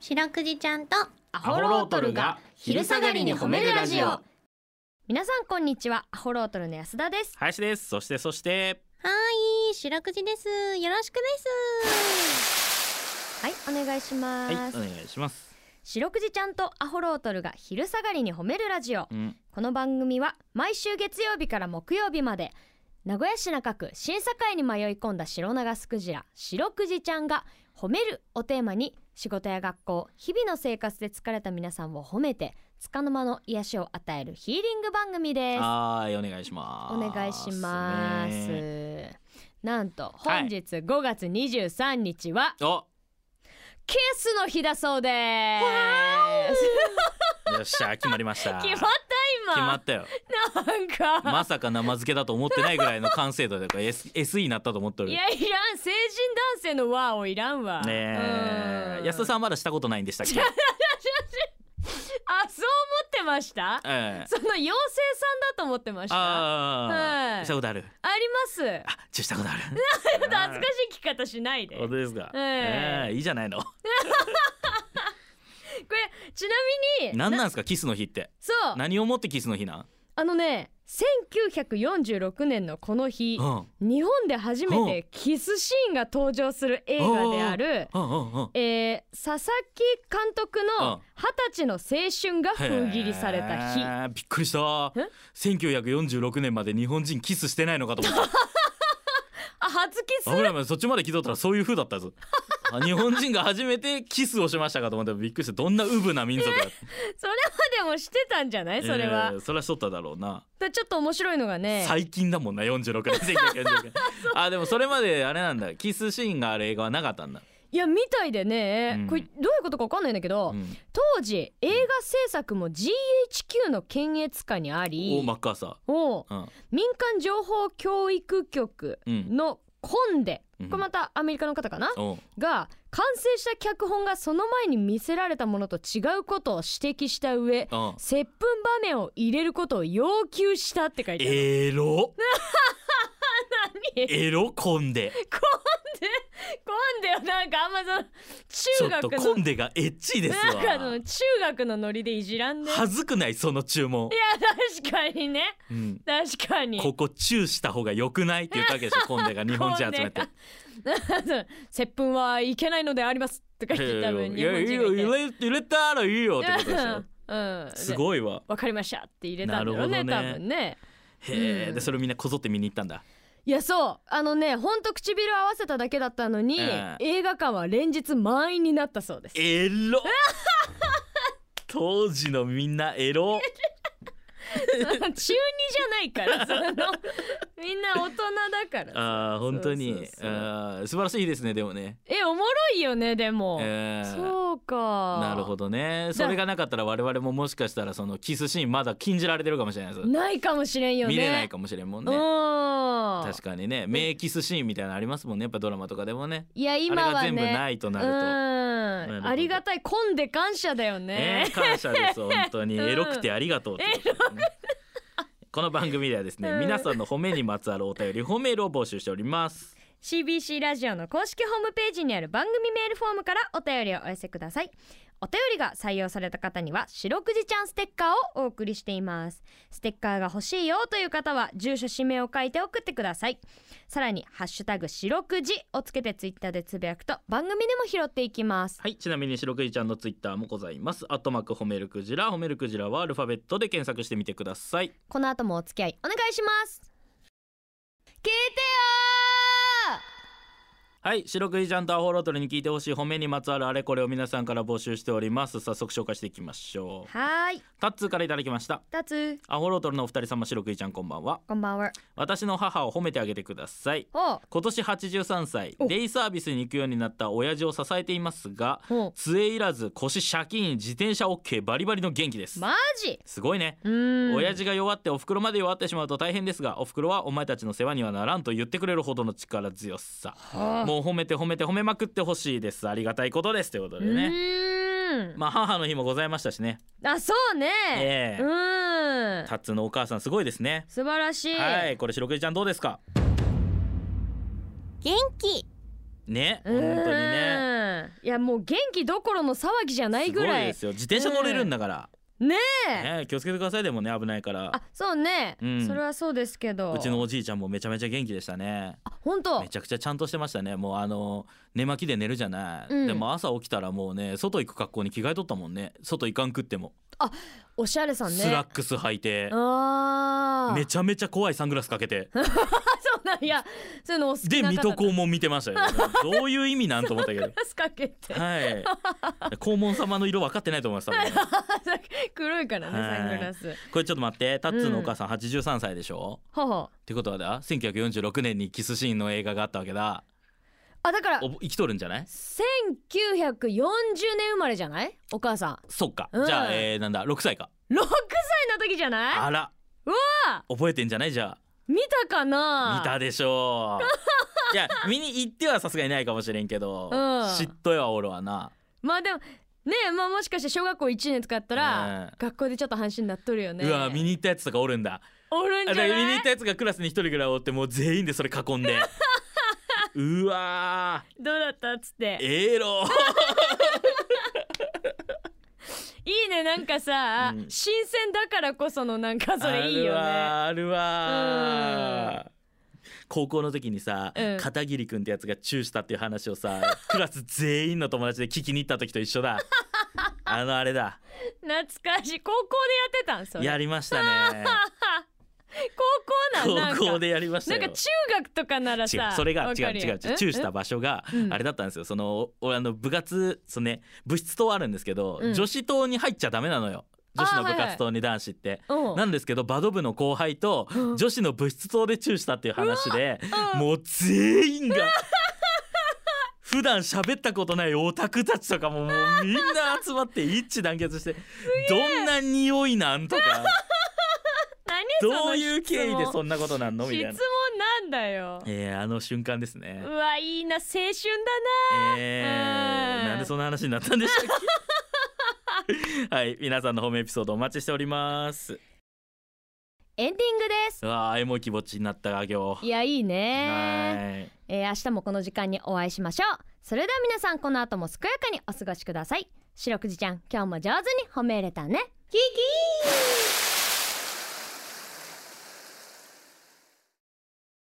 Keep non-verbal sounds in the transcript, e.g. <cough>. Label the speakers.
Speaker 1: 白くじちゃんと
Speaker 2: ア
Speaker 3: ホロートルが昼下がりに褒めるラジオ
Speaker 2: 皆さんこんにちはアホロートルの安田です
Speaker 3: 林ですそしてそして
Speaker 1: いい白くじですよろしくです
Speaker 2: はいお願いしま
Speaker 3: はい
Speaker 2: す、
Speaker 3: お願いします
Speaker 2: 白くじちゃんとアホロートルが昼下がりに褒めるラジオ
Speaker 3: うん
Speaker 2: この番組は毎週月曜日から木曜日まで名古屋市中区審査会に迷い込んだ白長スクジラ白くじちゃんが「褒める」をテーマに仕事や学校日々の生活で疲れた皆さんを褒めて束の間の癒しを与えるヒーリング番組です。
Speaker 3: はーいお願いします
Speaker 2: お願いします。
Speaker 3: ね
Speaker 2: なんと
Speaker 3: はい
Speaker 2: 本日5月23日は
Speaker 3: お
Speaker 2: キスの日だそうです。
Speaker 3: よっしゃ決まりました
Speaker 2: <laughs> 決まった
Speaker 3: 決ま
Speaker 2: 今。
Speaker 3: ったよ
Speaker 2: なんか、
Speaker 3: まさか生漬けだと思ってないぐらいの完成度だから S SE になったと思ってる
Speaker 2: い
Speaker 3: ね
Speaker 2: やいらん成人男性のワーをいらんわ。
Speaker 3: え
Speaker 2: うん
Speaker 3: 安田さんはまだしたことないんでしたっ
Speaker 2: <laughs>
Speaker 3: け
Speaker 2: あそう思ってました。
Speaker 3: ええ
Speaker 2: その妖精さんだと思ってました。あは
Speaker 3: ああ
Speaker 2: い
Speaker 3: したことある
Speaker 2: ります。
Speaker 3: あちょしたことある
Speaker 2: 恥ずかしい聞き方しないで。こ
Speaker 3: 本当ですか
Speaker 2: ええ
Speaker 3: ええいいじゃないの
Speaker 2: れちなみに
Speaker 3: 何なんですかキスの日って
Speaker 2: そう
Speaker 3: 何をもってキスの日なん
Speaker 2: あのね1946年のこの日
Speaker 3: う。ん
Speaker 2: 日本で初めてキスシーンが登場する映画である、
Speaker 3: うんうんうん
Speaker 2: えー佐々木監督
Speaker 3: う
Speaker 2: の
Speaker 3: ん
Speaker 2: 二十歳の青春が封切りされた日
Speaker 3: へーびっくりした1946年まで日本人キスしてないのかと思った
Speaker 2: あ初キス
Speaker 3: 危ない危ないそっちまで聞いとったらそういう風だった
Speaker 2: <laughs>
Speaker 3: ぞあ日本人が初めてキスをしましたかと思ってびっくりしてどんなウブな民族だ
Speaker 2: <laughs>
Speaker 3: って
Speaker 2: それまでもしてたんじゃないそれは、
Speaker 3: えーそれはしとっただろうな、
Speaker 2: でちょっと面白いのがね
Speaker 3: 最近だもんな46年1946年
Speaker 2: <laughs>
Speaker 3: あでもそれまであれなんだキスシーンがある映画はなかったんだ、
Speaker 2: いやみたいでね、
Speaker 3: うん
Speaker 2: これどういうことかわかんないんだけど、
Speaker 3: うん、
Speaker 2: 当時映画制作も GHQ の検閲下にあ
Speaker 3: お
Speaker 2: り
Speaker 3: マッカーサ
Speaker 2: お
Speaker 3: ー、うん
Speaker 2: 民間情報教育局
Speaker 3: うん
Speaker 2: のコンデ、
Speaker 3: うん
Speaker 2: これまたアメリカの方かな、
Speaker 3: おう
Speaker 2: が完成した脚本がその前に見せられたものと違うことを指摘した上
Speaker 3: うん
Speaker 2: 接吻場面を入れることを要求したって書いてある
Speaker 3: エロ
Speaker 2: <laughs> 何
Speaker 3: エロコンデ
Speaker 2: <laughs> 混んでよなんかあんま
Speaker 3: ち
Speaker 2: そ
Speaker 3: ょ
Speaker 2: の
Speaker 3: っと
Speaker 2: 中学
Speaker 3: コ
Speaker 2: の
Speaker 3: ンデがエッチです
Speaker 2: なんかあ
Speaker 3: わ
Speaker 2: の中学のノリでいじらんで、ね、い
Speaker 3: はずくないその注文、
Speaker 2: や確かにね
Speaker 3: うん、
Speaker 2: 確かに
Speaker 3: ここチューした方が良くないって言ったわけでし
Speaker 2: <laughs>
Speaker 3: ょコンデが日本人集めて
Speaker 2: コン接吻はいけないのでありますとか言って多分
Speaker 3: い
Speaker 2: 日
Speaker 3: や
Speaker 2: 本
Speaker 3: いい
Speaker 2: 人
Speaker 3: よ
Speaker 2: がいて
Speaker 3: 入れ入れたらいいよって
Speaker 2: <laughs>
Speaker 3: ことでしょ
Speaker 2: うん、
Speaker 3: す
Speaker 2: い
Speaker 3: ごいわ
Speaker 2: わかりましたって入れたんだろうね
Speaker 3: な
Speaker 2: 多
Speaker 3: るほどね
Speaker 2: 分ね
Speaker 3: へ
Speaker 2: う
Speaker 3: え
Speaker 2: ん
Speaker 3: でそれみんなこぞって見に行ったんだ
Speaker 2: いやそうあのねほんと唇合わせただけだったのに、
Speaker 3: ええ
Speaker 2: 映画館は連日満員になったそうです
Speaker 3: エロ当時のみんなエ
Speaker 2: <laughs>
Speaker 3: ロ
Speaker 2: <laughs> 中二じゃないからそのみんな大人だから
Speaker 3: あー本当
Speaker 2: そう
Speaker 3: に
Speaker 2: そうそう
Speaker 3: あー素晴らしいですねでもね
Speaker 2: えおもろいよねでも、
Speaker 3: えー
Speaker 2: そうか
Speaker 3: なるほどねそれがなかったら我々ももしかしたらそのキスシーンまだ禁じられてるかもしれないです
Speaker 2: ないかもしれんよね
Speaker 3: 見れないかもしれんもんね
Speaker 2: うん
Speaker 3: 確かにね名キスシーンみたいなのありますもんねやっぱドラマとかでもね
Speaker 2: いや今
Speaker 3: あれが
Speaker 2: はね
Speaker 3: 全部ないとなるとる
Speaker 2: うん
Speaker 3: ほど
Speaker 2: ありがたい混んで感謝だよ
Speaker 3: ね
Speaker 2: ね、
Speaker 3: え感謝です本当 <laughs> に、
Speaker 2: うん
Speaker 3: エロくてありがとうってことですねこの番組ではですね、
Speaker 2: うん
Speaker 3: 皆さんの褒めにまつわるお便り褒めるを募集しております
Speaker 2: CBC ラジオの公式ホームページにある番組メールフォームからお便りをお寄せくださいお便りが採用された方には「白くじちゃんステッカー」をお送りしていますステッカーが欲しいよという方は住所氏名を書いて送ってくださいさらに「ハッシュタグ白くじ」をつけてツイッターでつぶやくと番組でも拾っていきます
Speaker 3: はいちなみに白くじちゃんのツイッターもございますアットマーク褒めるクジラ褒めるクジラはアルファベットで検索してみてください
Speaker 2: この後もお付き合いお願いします聞いてよ
Speaker 3: はい白くじちゃんとアホロートルに聞いてほしい褒めにまつわるあれこれを皆さんから募集しております早速紹介していきましょ
Speaker 2: ー
Speaker 3: う
Speaker 2: はーい
Speaker 3: タッツーからいただきました
Speaker 2: たつ
Speaker 3: アホロートルのお二人様白くじちゃんこんばんは
Speaker 2: こんばんは
Speaker 3: 私の母を褒めてあげてください
Speaker 2: お
Speaker 3: 今年83歳
Speaker 2: お
Speaker 3: デイサービスに行くようになった親父を支えていますが
Speaker 2: お
Speaker 3: 杖いらず腰シャキーン自転車 OK バリバリの元気です、
Speaker 2: マジ
Speaker 3: すごいね
Speaker 2: うーん
Speaker 3: 親父が弱ってお袋まで弱ってしまうと大変ですがお袋はお前たちの世話にはならんと言ってくれるほどの力強さ
Speaker 2: はあ
Speaker 3: もう褒めて褒めて褒めまくってほしいですありがたいことですということで
Speaker 2: う
Speaker 3: ね
Speaker 2: ーん
Speaker 3: まあ母の日もございましたしね
Speaker 2: あそうね、
Speaker 3: ええ
Speaker 2: うーん
Speaker 3: タッツーのお母さんすごいですね
Speaker 2: 素晴らしい、
Speaker 3: はいこれ白くじちゃんどうですか
Speaker 1: 元気
Speaker 3: ね
Speaker 2: うー
Speaker 3: 本
Speaker 2: ん
Speaker 3: 当にね
Speaker 2: んいやもう元気どころの騒ぎじゃないぐら
Speaker 3: すごい
Speaker 2: い
Speaker 3: ですよ自転車乗れるんだから、
Speaker 2: ねえ
Speaker 3: ねえ気をつけてくださいでもね危ないから
Speaker 2: あそうね、
Speaker 3: うん
Speaker 2: それはそうですけど
Speaker 3: うちのおじいちゃんもめちゃめちゃ元気でしたね
Speaker 2: あ本当
Speaker 3: めちゃくちゃちゃんとしてましたねもうあの寝巻きで寝るじゃない、
Speaker 2: うん
Speaker 3: でも朝起きたらもうね外行く格好に着替えとったもんね外行かんくっても、
Speaker 2: おしゃれさんね
Speaker 3: スラックス履いて
Speaker 2: ああ
Speaker 3: めちゃめちゃ怖いサングラスかけて
Speaker 2: そうなんやそういうのお好き
Speaker 3: で
Speaker 2: な方
Speaker 3: 水戸黄門見てました
Speaker 2: <laughs>
Speaker 3: よどういう意味なんと思ったけど
Speaker 2: ガスかけて
Speaker 3: はい黄門様の色分かってないと思います多分ね
Speaker 2: <laughs> 黒いからね
Speaker 3: はい
Speaker 2: サングラス
Speaker 3: これちょっと待ってタッツーのお母さん83歳でしょ、
Speaker 2: ほうほう
Speaker 3: ってことはだ1946年にキスシーンの映画があったわけだ
Speaker 2: あだから
Speaker 3: お生きとるんじゃない
Speaker 2: 1940年生まれじゃないお母さん
Speaker 3: そっか、
Speaker 2: うん
Speaker 3: じゃあ、えー、なんだ6歳か
Speaker 2: 6歳の時じゃない
Speaker 3: あら
Speaker 2: うわ
Speaker 3: 覚えてんじゃないじゃ
Speaker 2: 見たか
Speaker 3: あ
Speaker 2: な
Speaker 3: 見たでし
Speaker 2: <laughs>
Speaker 3: ょういや見に行ってはさすがにないかもしれんけど、
Speaker 2: うん
Speaker 3: 嫉妬よおるわな
Speaker 2: まあでもねえまあもしかして小学校1年とかやったら、
Speaker 3: ねえ
Speaker 2: 学校でちょっと話になっとるよね
Speaker 3: うわ見に行ったやつとかおるんだ
Speaker 2: おるん
Speaker 3: あ
Speaker 2: じ
Speaker 3: だ
Speaker 2: ゃ
Speaker 3: から見に
Speaker 2: な
Speaker 3: 行
Speaker 2: い
Speaker 3: ったやつがクラスに一人ぐらいおってもう全員でそれ囲ん
Speaker 2: <laughs>
Speaker 3: でうわー
Speaker 2: どうだったっつって
Speaker 3: ええろ
Speaker 2: いいねなんかさ、
Speaker 3: うん
Speaker 2: 新鮮だからこそのなん <laughs> かそれいいよね
Speaker 3: あるわあるわ高校の時にさ、
Speaker 2: うん
Speaker 3: 片桐くんってやつがチューしたっていう話を
Speaker 2: <laughs>
Speaker 3: さクラス全員の友達で聞きに行った時と一緒だあのあれだ
Speaker 2: 懐かしい高校でやってたん <laughs> それ
Speaker 3: やりましたね
Speaker 2: <laughs> 高校なんなんか
Speaker 3: 高校でやりました
Speaker 2: な
Speaker 3: よ
Speaker 2: んか中学とかなら
Speaker 3: 違
Speaker 2: さ
Speaker 3: うそれが違
Speaker 2: わ
Speaker 3: う
Speaker 2: かる
Speaker 3: 違
Speaker 2: よ
Speaker 3: う違うチューした場所が
Speaker 2: うん
Speaker 3: あれだったんですよそのおあの部活そのね部室棟あるんですけど、
Speaker 2: うん
Speaker 3: 女子棟に入っちゃダメなのよ女子の部
Speaker 2: あーはいは
Speaker 3: 活
Speaker 2: い
Speaker 3: 棟に男子って。
Speaker 2: うん
Speaker 3: なんですけどバド部の後輩と
Speaker 2: うん
Speaker 3: 女子の部室棟でチューしたっていう話で
Speaker 2: うん
Speaker 3: もう全員が普段喋ったことないオタクたちとかももうみんな集まって一致団結してどんな匂いなんと
Speaker 2: <laughs>
Speaker 3: か
Speaker 2: 何その
Speaker 3: どういう経緯でそ
Speaker 2: ん
Speaker 3: んなことなんのみ
Speaker 2: 質
Speaker 3: たい
Speaker 2: 問
Speaker 3: な。
Speaker 2: なんだよ
Speaker 3: えー、あの瞬間ですね
Speaker 2: う。わいいな青春だな
Speaker 3: え
Speaker 2: うん
Speaker 3: ー、なんでそんな話になったんでしたっけはい皆さんのホームエピソードお待ちしております
Speaker 2: エンディングです
Speaker 3: うわーエモい気持ちになったあ行
Speaker 2: いやいいね
Speaker 3: はい
Speaker 2: えー明日もこの時間にお会いしましょうそれでは皆さんこの後も健やかにお過ごしください白くじちゃん今日も上手に褒め入れたねキキー